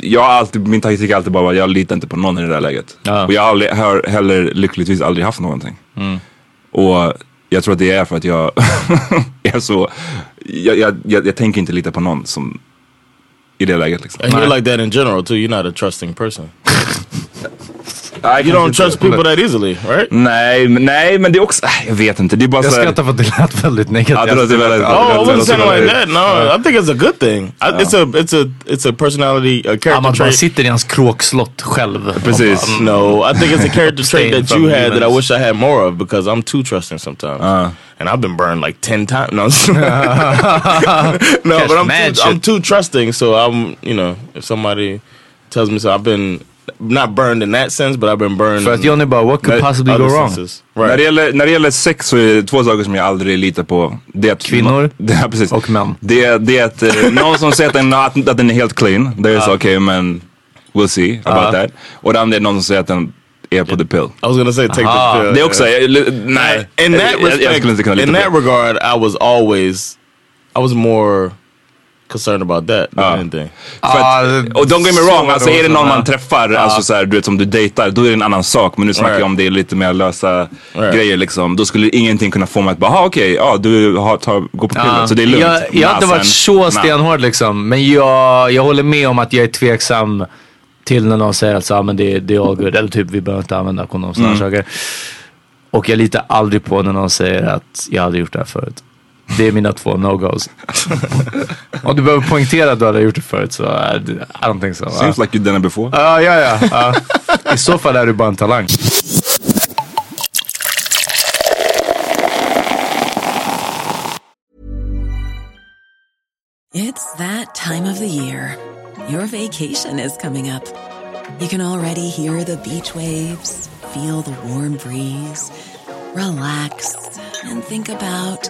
H: jag har alltid, min taktik är alltid bara, jag litar inte på någon i det där läget.
I: Ja. Mm.
H: Och jag har aldrig- har heller lyckligtvis aldrig haft någonting. Och jag tror att det är för att jag är så... Jag, jag, jag, jag tänker inte lita på någon som i det läget liksom.
G: And you're like that in general too. You're not a trusting person.
H: Nej,
G: You don't trust people that easily, right?
H: Nej, men- nej, men det är också... äh, Jag vet inte. Det är bara
I: Jag
H: så här-
I: skrattar för att det lät väldigt negativt.
H: Ja, det låter väldigt-
G: Oh,
H: ja, det
G: I Uh-huh.
H: låter
G: wasn't saying
H: väldigt-
G: like that. No, I think it's a good thing. I, it's a, it's a, it's a personality, a
I: Ja,
G: character
I: man bara
G: trait.
I: sitter i hans kråkslott själv.
H: Precis.
G: No, I think it's a character trait
I: Abstain
G: that you
I: from
G: had that I
I: humans.
G: wish I had more of because I'm too trusting sometimes, and I've been burned like ten times. No, no,
I: Catch
G: but I'm
I: mad
G: too, I'm
I: shit.
G: too trusting. So I'm, you know, if somebody tells me so, I've been not burned in that sense, but I've been burned.
I: För att Johnny bara, what could
G: in
I: possibly go
G: other
I: wrong?
G: senses.
H: När, det
G: Right.
H: gäller, när det gäller sex så är det två saker som jag aldrig litar på. Det är att,
I: Kvinnor
H: det, ja, precis.
I: och män.
H: Det, är- det är att eh, någon som säger att den, att, att den är helt clean. Det är så, okej men we'll see about that. Och det andra är någon som säger att den är på the pill.
G: I was gonna say take the pill.
H: Det är också,
I: Eh.
H: jag, li- nej.
G: in that
H: jag, jag, jag skulle inte kunna
G: respect,
H: lita
G: in that
H: på det.
G: regard, I was always, I was more concerned about that than anything.
H: Ah. För att, och don't get me
I: Ah, så
H: wrong,
I: var
H: alltså är det någon man
I: också. Ah.
H: träffar, alltså så här, du vet som du dejtar, då är det en annan sak. Men nu snackar
G: Right.
H: jag om det lite mer lösa
G: Right.
H: grejer liksom. Då skulle ingenting kunna få mig att bara, "Ah, okej, ja du har, tar, går på
I: Ja.
H: pillen så det är lugnt.
I: Ah. Jag, jag har inte
H: Nasen,
I: varit så
H: nah.
I: stenhård liksom. Men jag, jag håller med om att jag är tveksam till när någon säger att så, ah, men det, det är all good. Eller typ vi behöver inte använda kondom. Sådana saker. Och jag litar aldrig på när någon säger att jag hade gjort det här förut. Det är mina två no-goes. Om du behöver poängtera att du hade gjort det förut så eh, I don't think so. Ja,
H: Seems like you've done it before.
I: ja, ja. ja. I så fall är du bara en talang.
C: It's that time of the year. Your vacation is coming up. You can already hear the beach waves, feel the warm breeze, relax, and think about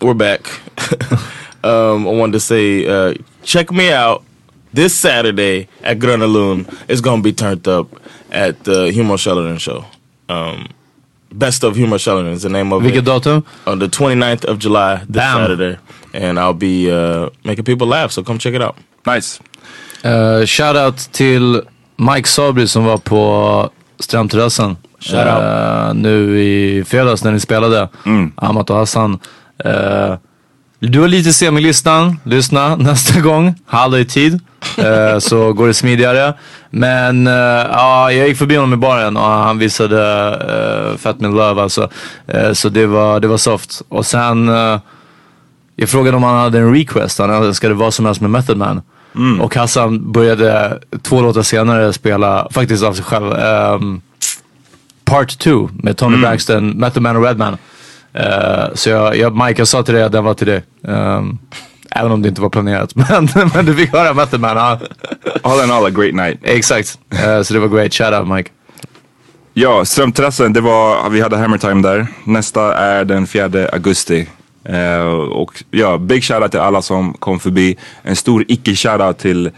G: we're back. um, I wanted to say, uh, check me out this Saturday at Grenaloon. It's gonna be turned up at the Humor Sheldon show. Um, Best of Humor Sheldon is the name of
I: Vilket
G: it.
I: datum?
G: On the 29th of July, this
I: Damn.
G: Saturday, and I'll be uh, making people laugh. So come check it out.
H: Nice.
I: Uh, shoutout till Mike Sabri som var på Strandterrassen. Eh, nu i fredags när ni spelade. Amat och Hassan. Eh, du har lite semilistan. Lyssna nästa gång. Hallå i tid.
G: Uh,
I: Eh, så går det smidigare. Men eh, ja, jag gick förbi honom i baren och han visade uh, Fat Min Love alltså. Eh, så det var, det var soft. Och sen eh, jag frågade om han hade en request, han önskade vad som helst med Method Man. Och Hassan började två låtar senare spela, faktiskt av sig själv, ehm, Part 2 med Tommy Braxton, Method Man och Redman. Eh, så jag, jag, Mike, jag sa till dig att den var till dig. Ehm, även om det inte var planerat. Men, men du fick höra Method Man, ja.
H: All in all a great night.
I: Exakt. Eh, så det var great, shout out Mike.
H: Ja, Strömterrassen, det var, vi hade Hammer Time där. Nästa är den 4 augusti. Eh, och ja, big shoutout till alla som kom förbi. En stor icke-shoutout till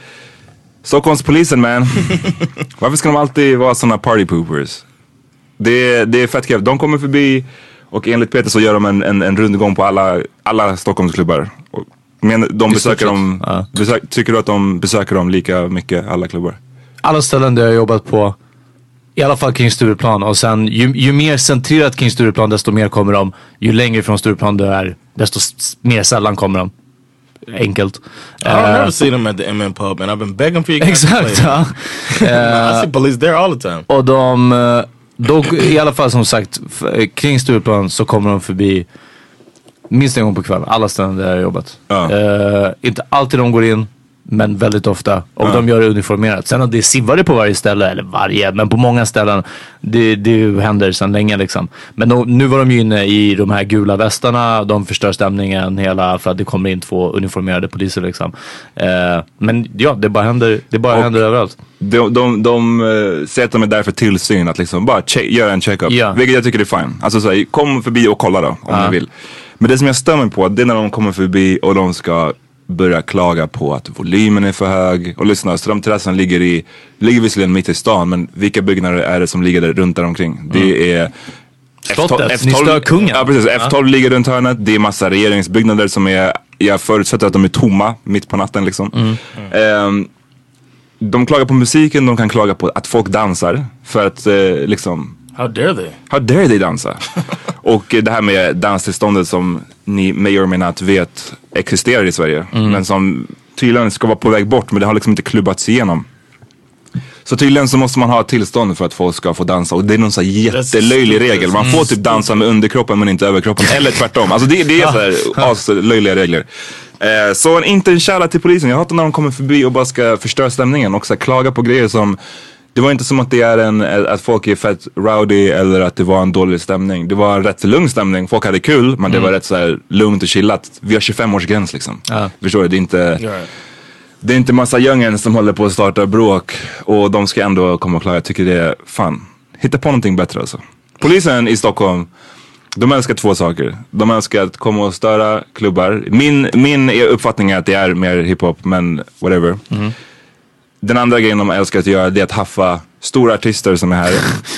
H: Stockholmspolisen man. Varför ska de alltid vara sådana party poopers? Det, det är fett kul. De kommer förbi och enligt Peter så gör de en, en, en rundgång på alla, alla Stockholmsklubbar. Och, men de besöker
I: sett.
H: dem,
I: Ja.
H: besök, tycker du att de besöker dem lika mycket, alla klubbar?
I: alla ställen där jag har jobbat på, i alla fall kring Stureplan och sen ju, ju mer centrerat kring Stureplan desto mer kommer de. Ju längre från Stureplan du är desto s- mer sällan kommer de. Enkelt.
G: I don't
I: Eh,
G: ever see them at the MN pub, and I've been begging for you guys. to play.
I: Exakt. Ja. eh,
G: I see police there all the time.
I: Och de, eh, då, i alla fall som sagt, f- kring Stureplan så kommer de förbi minst en gång på kvällen, alla ställen där jag har jobbat.
H: Ja.
I: Eh, inte alltid de går in, men väldigt ofta. Och de gör det uniformerat. Sen att det är sivare på varje ställe, eller varje, men på många ställen, det, det händer sedan länge liksom. Men de, nu var de ju inne i de här gula västarna, de förstör stämningen hela, för att det kommer in två uniformerade poliser liksom. Eh, men ja, det bara händer, det bara
H: Och-
I: händer överallt.
H: De, de, de eh, säger att de är där för tillsyn, att liksom bara che- göra en check-up.
I: Ja.
H: Vilket jag tycker är fine. Alltså så här, kom förbi och kolla då om ni vill. Men det som jag stämmer på, det är när de kommer förbi och de ska börja klaga på att volymen är för hög. Och lyssna, Strömterrassen ligger, i, ligger visserligen mitt i stan, men vilka byggnader är det som ligger där runt där omkring? Det är
I: Slottet, ni stör kungen.
H: Ja, precis. F12 ligger runt hörnet. Det är massa regeringsbyggnader som är, jag förutsätter att de är tomma mitt på natten liksom.
I: Mm.
H: Ehm, de klagar på musiken, de kan klaga på att folk dansar. För att eh, liksom,
G: How dare they?
H: how dare they dansa? och eh, det här med danstillståndet som ni may or may not vet existerar i Sverige. Men som tydligen ska vara på väg bort, men det har liksom inte klubbats igenom. Så tydligen så måste man ha ett tillstånd för att folk ska få dansa och det är någon sån här jättelöjlig
G: stupid.
H: regel. Man får typ dansa med underkroppen men inte överkroppen eller tvärtom. Alltså det, det är så här aslöjliga regler. Eh, så en- inte en källa till polisen. Jag hatar när de kommer förbi och bara ska förstöra stämningen och så här, klaga på grejer som det var inte som att det är en, att folk är fett rowdy eller att det var en dålig stämning. Det var en rätt lugn stämning. Folk hade kul men det var rätt så här lugnt och chillat. Vi har 25-årsgräns liksom. Förstår du? Det är inte... Det är inte massa djungeln som håller på att starta bråk och de ska ändå komma och klaga. Jag tycker det är fan. Hitta på någonting bättre alltså. Polisen i Stockholm, de älskar två saker. De älskar att komma och störa klubbar. Min, min uppfattning är att det är mer hiphop, men whatever. Den andra grejen de älskar att göra det är att haffa stora artister som är här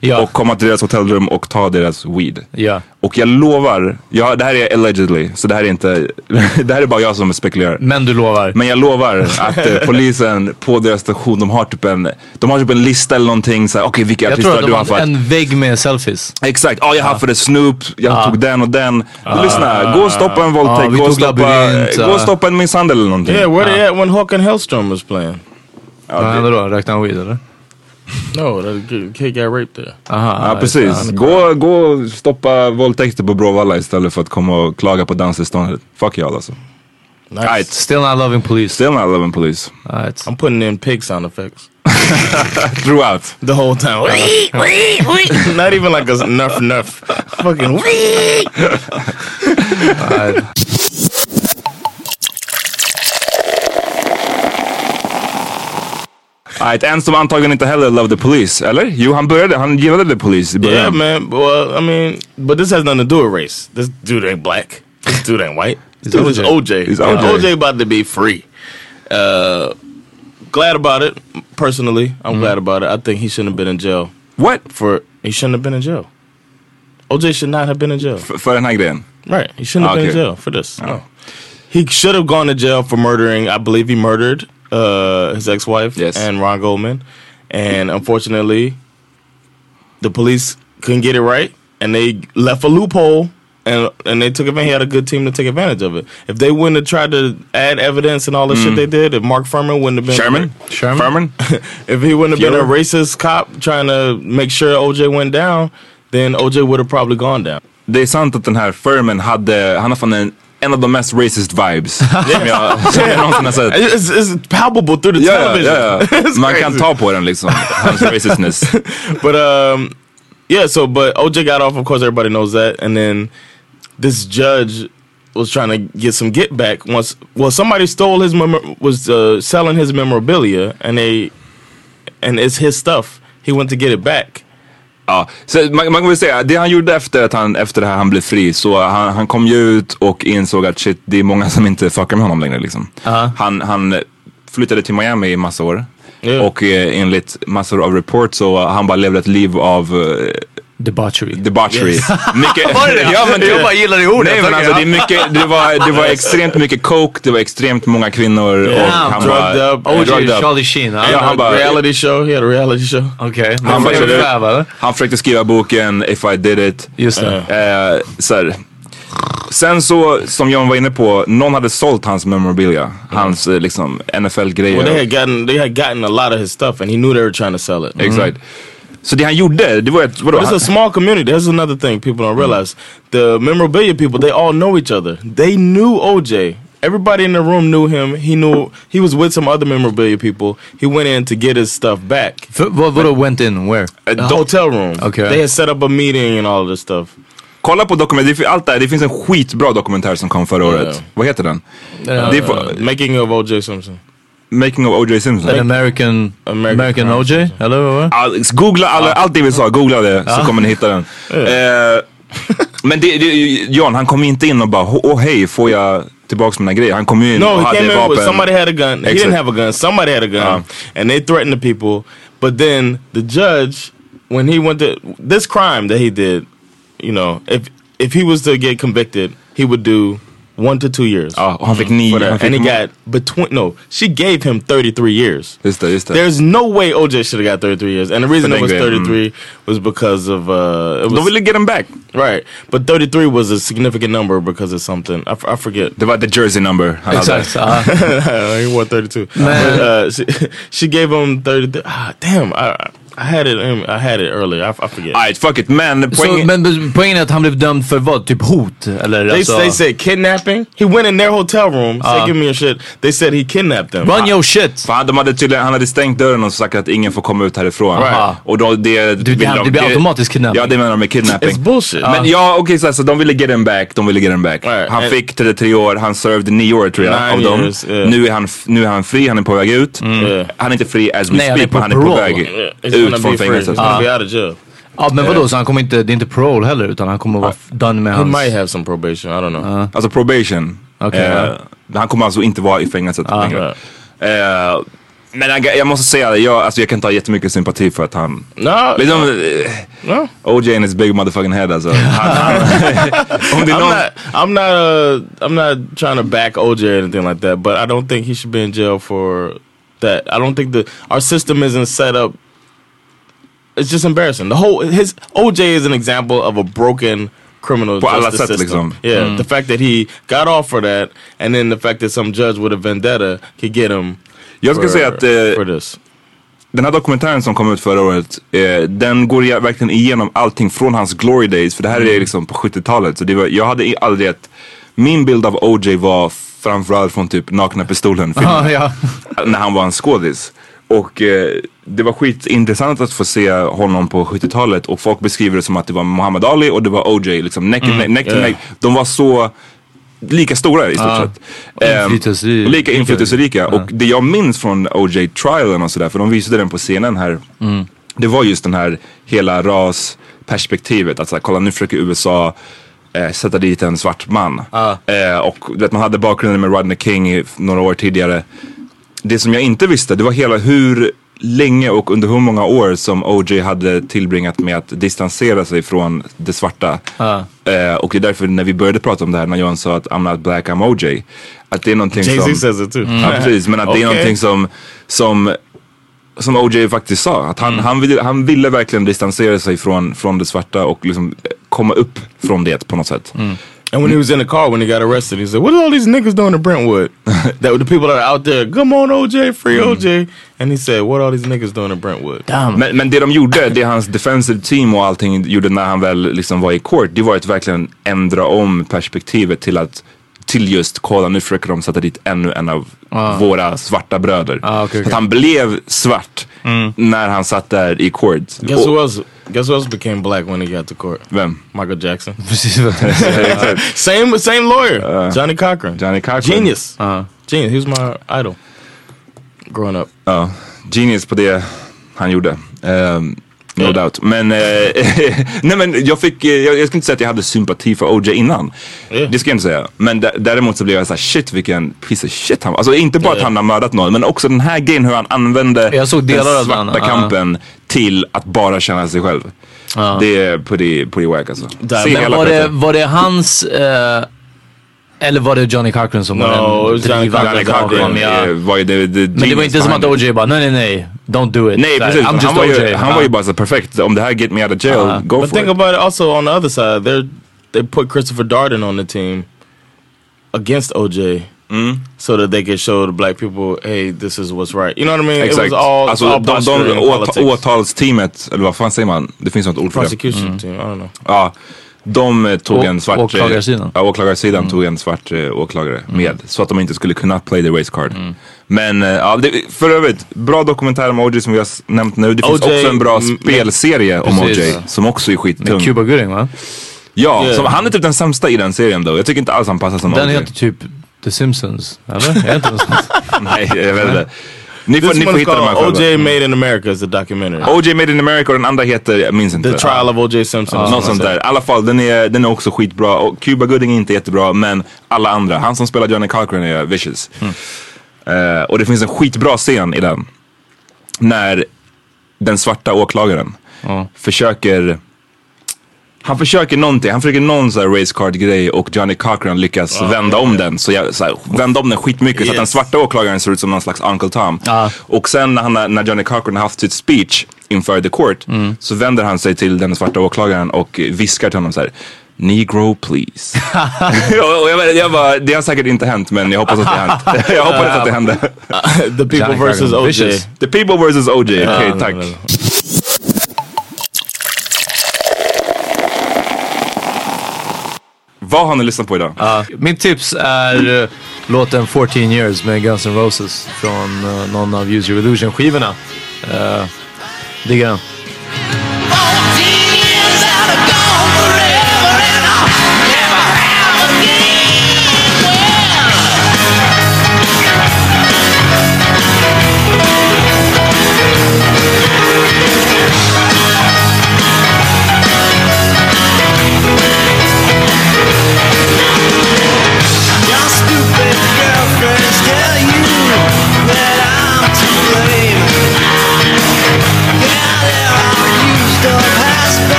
I: Ja.
H: och komma till deras hotellrum och ta deras weed.
I: Ja.
H: Och jag lovar, ja, det här är allegedly, så det här är inte, det här är bara jag som spekulerar.
I: Men du lovar.
H: Men jag lovar att eh, polisen på deras station, de har typ en, de har typ en lista eller någonting. så här, Okej, vilka
I: jag
H: artister
I: tror
H: har
I: att
H: du
I: de hade
H: haffat?
I: en vägg med selfies.
H: Exakt, ja jag haffade Snoop, jag tog den och den. Lyssna, gå och stoppa en
I: Ja,
H: våldtäkt,
I: vi
H: gå, och
I: tog
H: stoppa,
I: labyrint,
H: gå och
I: ja.
H: stoppa en misshandel eller någonting.
G: Yeah, where they at when Hawk and Hellstrom was playing?
I: Vad hände då? Räknade han weed eller?
G: No, that kid- kid got raped there.
I: Aha,
H: Ja precis, gå, gå och stoppa våldtäkter på Bråvalla istället för att komma och klaga på danstillståndet. Fuck y'all alltså.
G: Nice.
H: Alright,
I: Still not loving police.
H: still not loving police.
I: Alright.
G: I'm putting in pig sound effects
H: Throughout.
G: the whole time. Wee, wee, wee. Not even like a s- nerf nerf. Fucking wee.
I: Alright.
H: Alright, en som antagligen inte heller love the police, eller? Jo han började, han gillade the police i början.
G: Yeah, man. Well, I mean, but this has nothing to do with race. This dude ain't black. This dude ain't white. This dude is OJ.
H: He's
G: And
H: OJ.
G: OJ about to be free. Uh, glad about it. Personally, I'm
H: Mm-hmm.
G: glad about it. I think he shouldn't have been in jail
H: What?
G: for. He shouldn't have been in jail. OJ should not have been in jail.
H: F- för den här grejen?
G: Right. He shouldn't have been in
H: Okay. Oh.
G: jail for this. No. He should have gone to jail for murdering, I believe he murdered uh, his ex wife
H: Yes.
G: and Ron Goldman. And unfortunately, the police couldn't get it right and they left a loophole. And, and they took advantage. He had a good team to take advantage of it. If they wouldn't have tried to add evidence and all the shit they did, if Mark Furman wouldn't have been
H: Mm. Sherman? Sherman?
G: if he wouldn't have been a
H: Fuhrer?
G: racist cop trying to make sure OJ went down, then OJ would have probably gone down.
H: Det är sant att den här Furman hade, han har fan en, en av de mest racist vibes som jag, som jag någonsin har sett.
G: It's, it's palpable through the
H: Ja, ja,
G: television.
H: ja, ja.
G: It's
H: Man kan
G: crazy.
H: ta på den liksom, hans racistness.
G: But um, yeah. So, but OJ got off. Of course, everybody knows that. And then this judge was trying to get some get back. Once, well, somebody stole his memo- was uh, selling his memorabilia, and they and it's his stuff. He went to get it back.
H: Ja. Så man, man kan väl säga, det han gjorde efter att han, efter det här han blev fri, så han, han kom ju ut och insåg att shit, det är många som inte fuckar med honom längre liksom. Han, han flyttade till Miami i massa år.
G: Ja.
H: Och eh, enligt massor av reports så han bara levde ett liv av eh,
I: Debauchery.
H: Debauchery. Mycket,
I: Var det det? Ja, men jag bara gillar det ordet.
H: Nej, men alltså, det, är mycket, det, var, det var extremt mycket coke, det var extremt många kvinnor
G: Oh,
H: och han bara...
I: drugged up. OG,
H: drugged up.
I: Charlie Sheen. ah.
H: Ja, han bara...
G: reality show, he had a reality show.
I: Okej.
H: Han
I: Han
H: bara
I: var
H: körde-
I: ungefär va?
H: Han försökte skriva boken If I Did It.
I: Just det.
H: Eh, så här. Sen så, som John var inne på, någon hade sålt hans memorabilia. Hans eh, liksom NFL-grejer.
G: Well, they had gotten they had gotten a lot of his stuff, and he knew they were trying to sell it. Mm-hmm.
H: Exakt. Så det han gjorde, det var ett... Vadå?
G: But it's a small community. That's another thing people don't realize. The memorabilia people, they all know each other. They knew OJ. Everybody in the room knew him. He knew he was with some other memorabilia people. He went in to get his stuff back.
I: F- Vad vadå went in? Where? Uh,
G: The hotel room.
I: Okay.
G: They had set up a meeting and all of this stuff.
H: Kolla på dokumentären, allt det här. Det finns en skitbra dokumentär som kom förra året.
G: Ja.
H: Vad heter den? det är på,
G: Making of OJ Simpson.
H: Making of O.J. Simpson.
I: Uh, An American,
G: American
I: American
G: crime
I: OJ? Eller vad var det?
H: All- Googla alla, allt det vi sa, googla det så kommer ni hitta den. Eh, men det, det, John, han kom inte in och bara, åh åh, hej, får jag tillbaks mina grejer? Han kom ju in
G: No,
H: och
G: he came
H: hade
G: in
H: vapen.
G: with somebody had a gun. He
H: Exit.
G: didn't have a gun. Somebody had a gun,
H: Uh-huh.
G: and they threatened the people. But then the judge, when he went to this crime that he did, you know, if if he was to get convicted, he would do one to two years. Mm-hmm.
H: Ja, och han fick
G: for
H: nio.
G: that.
H: Han
G: and
H: fick
G: he got between. No, she gave him thirty three years.
H: Just det, just det.
G: There's no way OJ should have got 33 years, and the reason
H: But
G: it was
H: then, mm.
G: 33 was because of uh, it
H: De
G: was
H: ville get him back.
G: right, but 33 was a significant number because of something I, f I forget.
H: Det var the jersey number. Han hade.
I: Exakt. ah.
G: he wore 32. But, uh, she, she gave him 30. Ah, damn, I, I had it. um, I had it earlier. I, I forget.
H: Alright, fuck it. Men
I: Så,
H: poängen...
I: men men poängen är att han blev dömd för vad? Typ hot? Eller
G: they,
I: alltså...
H: uh,
G: they said kidnapping. He went in their hotel room. said, "Give me your shit." They said he kidnapped them.
I: Uh-huh. Run your shit!
H: för han, de hade tydligen, han hade stängt dörren och sagt att ingen får komma ut härifrån.
I: Right.
H: Och då, det,
I: det-
H: vill
I: det blir automatisk kidnapping.
H: Ja, det menar de med kidnapping.
G: It's
I: typ.
G: bullshit.
I: Uh-huh.
H: Men ja, okej så, här, så de ville get him back, de ville get him back.
G: Right.
H: Han
G: And-
H: fick 33 år, han served 9 år tror jag
G: Nine
H: av dem.
G: years, yeah. Mm.
H: nu, är han, f- nu är han fri, han är på väg ut. Mm.
G: Yeah.
H: Han är inte fri as we
I: Nej, han är
H: speak,
I: på
H: men han är på
I: parole. Ah.
H: väg
G: Yeah, it's
H: ut
G: gonna
H: från
G: be free. He's
H: fängelset.
G: gonna be out of jail.
I: Ja men vadå, så han kommer inte, det är inte parole heller utan han kommer vara f- done med
G: Uh, He
I: hans... Uh-huh.
G: might have some probation. I don't know.
H: Alltså probation.
I: Okej. Ah.
H: Eh, Han kommer alltså inte vara i fängelset längre.
G: right.
H: Eh, men jag, jag måste säga det, jag, alltså, jag kan ta jättemycket sympati för att han...
G: no,
H: Liksom, eh,
G: no.
H: OJ and his big motherfucking head alltså. Han, han, om det är
G: I'm
H: någon,
G: not. I'm not. Uh, I'm not trying to back OJ or anything like that. But I don't think he should be in jail for that. I don't think the our system isn't set up. It's just embarrassing. The whole his OJ is an example of a broken criminal
H: På alla
G: justice
H: sätt,
G: system.
H: liksom.
G: Yeah, the fact that he got off for that, and then the fact that some judge with a vendetta could get him.
H: jag skulle
G: for,
H: säga att eh,
G: for this.
H: Den här dokumentären som kom ut förra året, eh, den går jag verkligen igenom allting från hans glory days. För det här är liksom på 70-talet. Så det var, jag hade i- aldrig ett... Min bild av OJ var framförallt från typ Nakna Pistolen
I: Ja, ja.
H: När han var en skådis. Och eh, det var skitintressant att få se honom på 70-talet. Och folk beskriver det som att det var Muhammad Ali och det var OJ. Liksom neck, and
I: Mm.
H: neck, neck, to
G: Yeah.
H: neck. De var så... Lika stora i stort
I: Ja.
H: sett.
I: Och inflytelserika.
H: Ehm, lika inflytelserika. Och det jag minns från OJ-trialen och sådär, för de visade den på scenen här.
I: Mm.
H: Det var just den här hela rasperspektivet. Att så här, kolla nu försöker USA eh, sätta dit en svart man. Eh, och du vet, man hade bakgrunden med Rodney King i- några år tidigare. Det som jag inte visste, det var hela hur länge och under hur många år som OJ hade tillbringat med att distansera sig från det svarta. Eh, och det är därför när vi började prata om det här, när John sa att I'm not black, I'm OJ. Att det är någonting
G: Jay Z
H: som...
G: says it too.
H: Ja, precis. Men att det är
G: Okej.
H: någonting som, som, som OJ faktiskt sa. Att han, han, ville, han ville verkligen distansera sig från, från det svarta och liksom eh, komma upp från det på något sätt.
G: And when he was in the car when he got arrested, he said, "What are all these niggas doing in Brentwood? that were the people that are out there, come on OJ, free OJ." And he said, "What are all these niggas doing in Brentwood?"
I: Mm-hmm. Damn.
H: Men, men det de gjorde, det hans defensive team och allting gjorde när han väl liksom var i court, det var att verkligen ändra om perspektivet till att till just kolla nu försöker de sätta dit ännu en av våra svarta bröder.
I: Ah, okej, Mm.
H: Att
I: okej.
H: han blev svart när han satt där i court.
G: Guess
H: Och-
G: who else? Guess who else became black when he got to court?
H: Vem?
G: Michael Jackson.
I: Precis vad jag tänkte säga.
H: Exakt.
G: same same lawyer,
I: Uh,
G: Johnny Cochran.
H: Johnny Cochran.
G: Genius.
I: Uh-huh.
G: Genius. He was my idol growing up.
H: Ja, genius på det han gjorde. Ehm, no doubt. Men, eh, nej men jag fick, eh, jag, jag ska inte säga att jag hade sympati för OJ innan.
G: Yeah.
H: Det ska jag inte säga. Men dä- däremot så blev jag såhär, shit vilken piece of shit han var. Alltså inte bara att han har mördat någon, men också den här grejen hur han använde
I: Jag såg delar
H: den
I: av den,
H: svarta
I: ja.
H: kampen till att bara känna sig själv. Det är pretty, pretty wack alltså. Se
I: Men
H: hela
I: var det,
H: plattan.
I: var det hans... Eh, eller var det Johnny Cochran som
G: No,
I: var den
G: it was Johnny
I: drivande
H: Johnny
I: bakom?
H: Cochran
I: ja.
H: eh, var ju the, the
I: Men det var inte som att OJ bara, nej nej nej, don't do it.
H: Nej
I: Så här,
H: precis,
I: I'm
H: han,
I: just Ah. Uh-huh.
H: var
I: OJ.
H: ju, han var ju
I: Ja.
H: bara så perfekt. Om det här get me out of jail,
I: Ja.
H: go
G: But
H: for
G: think
H: it.
G: about it also on the other side, they they put Christopher Darden on the team against OJ.
H: Hmm?
G: So that they could show the black people, hey, this is what's right. You know what I mean? It was
H: Exakt.
G: all,
H: alltså
G: all
H: de,
G: posturing
H: de,
G: and
H: åt,
G: politics.
H: åtalsteamet, eller vad fan säger man? Det finns något ord för det.
G: prosecution team. I don't know.
H: Ja, de eh, tog
I: Å-
H: en svart... eh,
I: åklagarsidan. Mm.
H: Ja, åklagarsidan tog en svart eh, åklagare med. Så att de inte skulle kunna play the race card.
I: Mm.
H: Men eh, ja, det, för övrigt, bra dokumentär om OJ som vi har s- nämnt nu. Det finns
G: OJ,
H: också en bra
G: mm,
H: spelserie om
I: precis.
H: OJ som också är
I: Med
H: skittung.
I: Cuba Gooding va?
H: Ja,
G: Yeah.
H: som, han är typ den sämsta i den serien då. Jag tycker inte alls han passar som
I: Den
H: OJ.
I: heter typ The Simpsons, eller? Är det inte någonstans?
H: Nej, jag vet inte. Ni får,
G: This
H: ni får
G: one's
H: hitta de här
G: called
H: själva.
G: OJ Made in America is a documentary.
H: OJ Made in America och den andra heter, jag minns inte.
G: the trial of OJ Simpson. is
H: Något
G: what I
H: sånt
G: said.
H: där. I alla fall, den är, den är också skitbra. Och Cuba Gooding är inte jättebra, men alla andra. Han som spelar Johnny Cochran är vicious. Eh, och det finns en skitbra scen i den. När den svarta åklagaren försöker... Han försöker någonting, han försöker någon sån här race card grej och Johnny Cochran lyckas vända om den. Så jag, så här, vända om den skitmycket så att den
G: Yes.
H: svarta åklagaren ser ut som någon slags Uncle Tom. Och sen när, han, när Johnny Cochran har haft sitt speech inför the court så vänder han sig till den svarta åklagaren och viskar till honom så här. Negro please. och och jag, vet- jag bara, det har säkert inte hänt men jag hoppas att det har hänt. jag hoppas att det hände.
G: The people
I: Johnny
G: versus
I: Cochran.
G: OJ.
I: Vicious.
H: The people versus OJ. Okej,
G: no,
H: tack.
G: no, no.
H: Vad har ni lyssnat på idag?
I: Min tips är eh, låten 14 years med Guns N' Roses från eh, någon av Use Your Illusion skivorna. Uh, diggar den.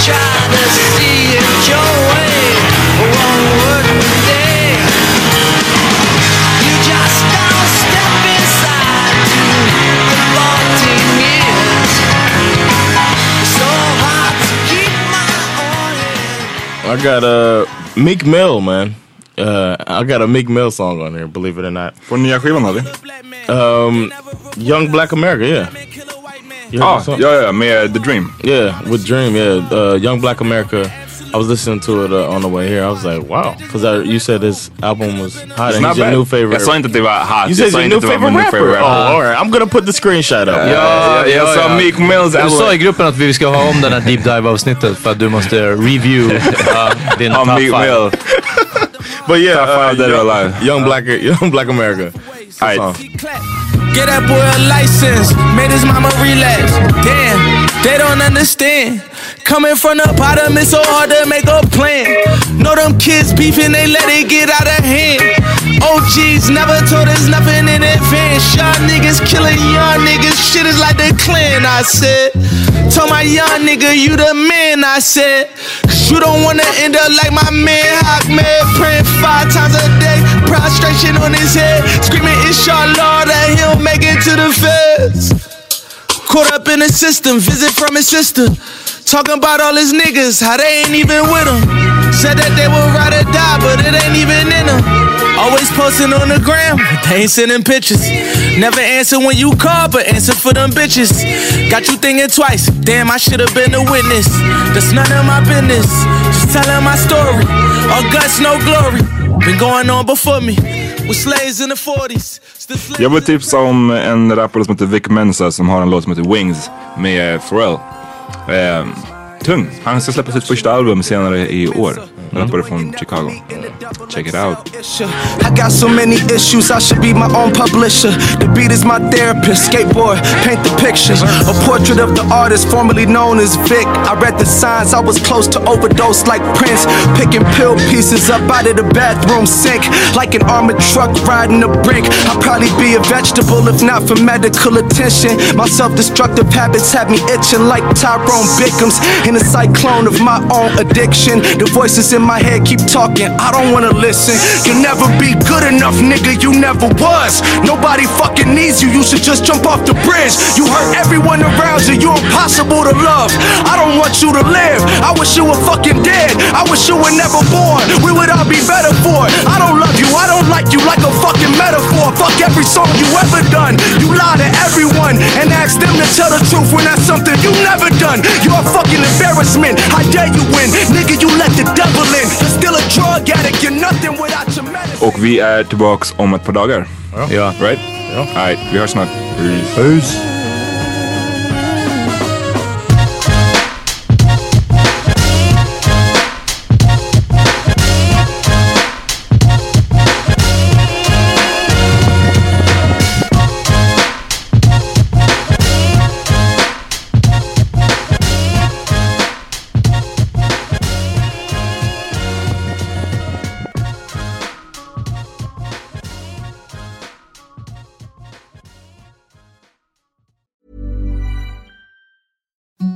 K: Try to see it your way, one working day. You just don't step inside to the 14 years. So hard to keep my own head.
G: I got a uh, Meek Mill, man. Uh, I got a Meek Mill song on here, believe it or not.
H: Från nya skivan har vi.
G: Um, Young Black America, yeah. You heard
H: Ah,
G: that
H: ja,
G: song?
H: ja, ja, med The Dream.
G: Yeah, with Dream, yeah, uh, Young Black America. I was listening to it uh, on the way here. I was like, wow, because you said his album was hot.
H: It's
G: And
H: not
G: he's your
H: bad.
G: new favorite.
H: Jag sa inte att det var hot.
G: you
H: jag
G: said
H: sa
G: your
H: inte
G: new
H: att det var
G: favorite
H: min
G: rapper.
H: favorite
G: Oh,
H: rapper.
I: Uh-huh.
G: all right. I'm gonna put the screenshot up.
H: Ja, jag
I: ja,
H: sa
I: ja.
H: Meek Mills
I: Du sa i
H: album.
I: gruppen att vi ska ha om den här deep dive avsnittet för att du måste review eh, din
H: Ja,
I: top
H: Meek
I: five.
H: Mill.
G: But yeah, uh,
H: Top five dead or
G: young,
H: alive.
G: young Black, Young Black America.
H: All
G: song.
H: right.
K: Get that boy a license, made his mama relax. Damn, they don't understand. Coming from the bottom, it's so hard to make a plan. Know them kids beefing, they let it get out of hand. OGs never told us nothing in advance. Y'all niggas killing young niggas, shit is like the clan, I said. Told my young nigga, you the man, I said. Cause you don't wanna end up like my man, Hawkman. Praying five times a day, prostration on his head. Screaming, it's your Lord that he'll make it to the feds. Caught up in the system, visit from his sister. Talking about all his niggas, how they ain't even with him. Said that they would ride or die, but it ain't even in him. Always posting on the gram, but they ain't sending pictures. Never answer when you call, but answer for them bitches. Got you thinking twice, damn, I should have been a witness. That's none of my business, just telling my story. All guts, no glory. Been going on before me, with slaves in the 40s. Still slaves
H: Jag vill
K: in the
H: tipsa om en rappare som heter Vic Mensa som har en låt som heter Wings Ehm, med eh, Pharrell. Eh, tung. Han ska släppa sitt första album senare i år. rappare från Chicago. Check it out.
L: I got so many issues, I should be my own publisher. The beat is my therapist, skateboard, paint the picture. A portrait of the artist formerly known as Vic. I read the signs, I was close to overdose like Prince. Picking pill pieces up out of the bathroom sink. Like an armored truck riding a brink. I'd probably be a vegetable if not for medical attention. My self destructive habits have me itching like Tyrone Bickham's. In a cyclone of my own addiction. The voices in my head keep talking, I don't wanna listen. You'll never be good enough, nigga, you never was. Nobody fucking needs you, you should just jump off the bridge. You hurt everyone around you, you're impossible to love. I don't want you to live, I wish you were fucking dead. I wish you were never born, we would all be better for it. I don't love you, I don't like you like a fucking metaphor. Fuck every song you ever done. You lie to everyone and ask them to tell the truth when that's something you never done. You're a fucking embarrassment, how dare you win? Nigga, you let the devil in. You're still a drug addict, you're nothing without your medicine.
H: Och vi är tillbaks om ett par dagar.
I: Ja.
H: Right? Ja. Right, vi hörs snart. Peace.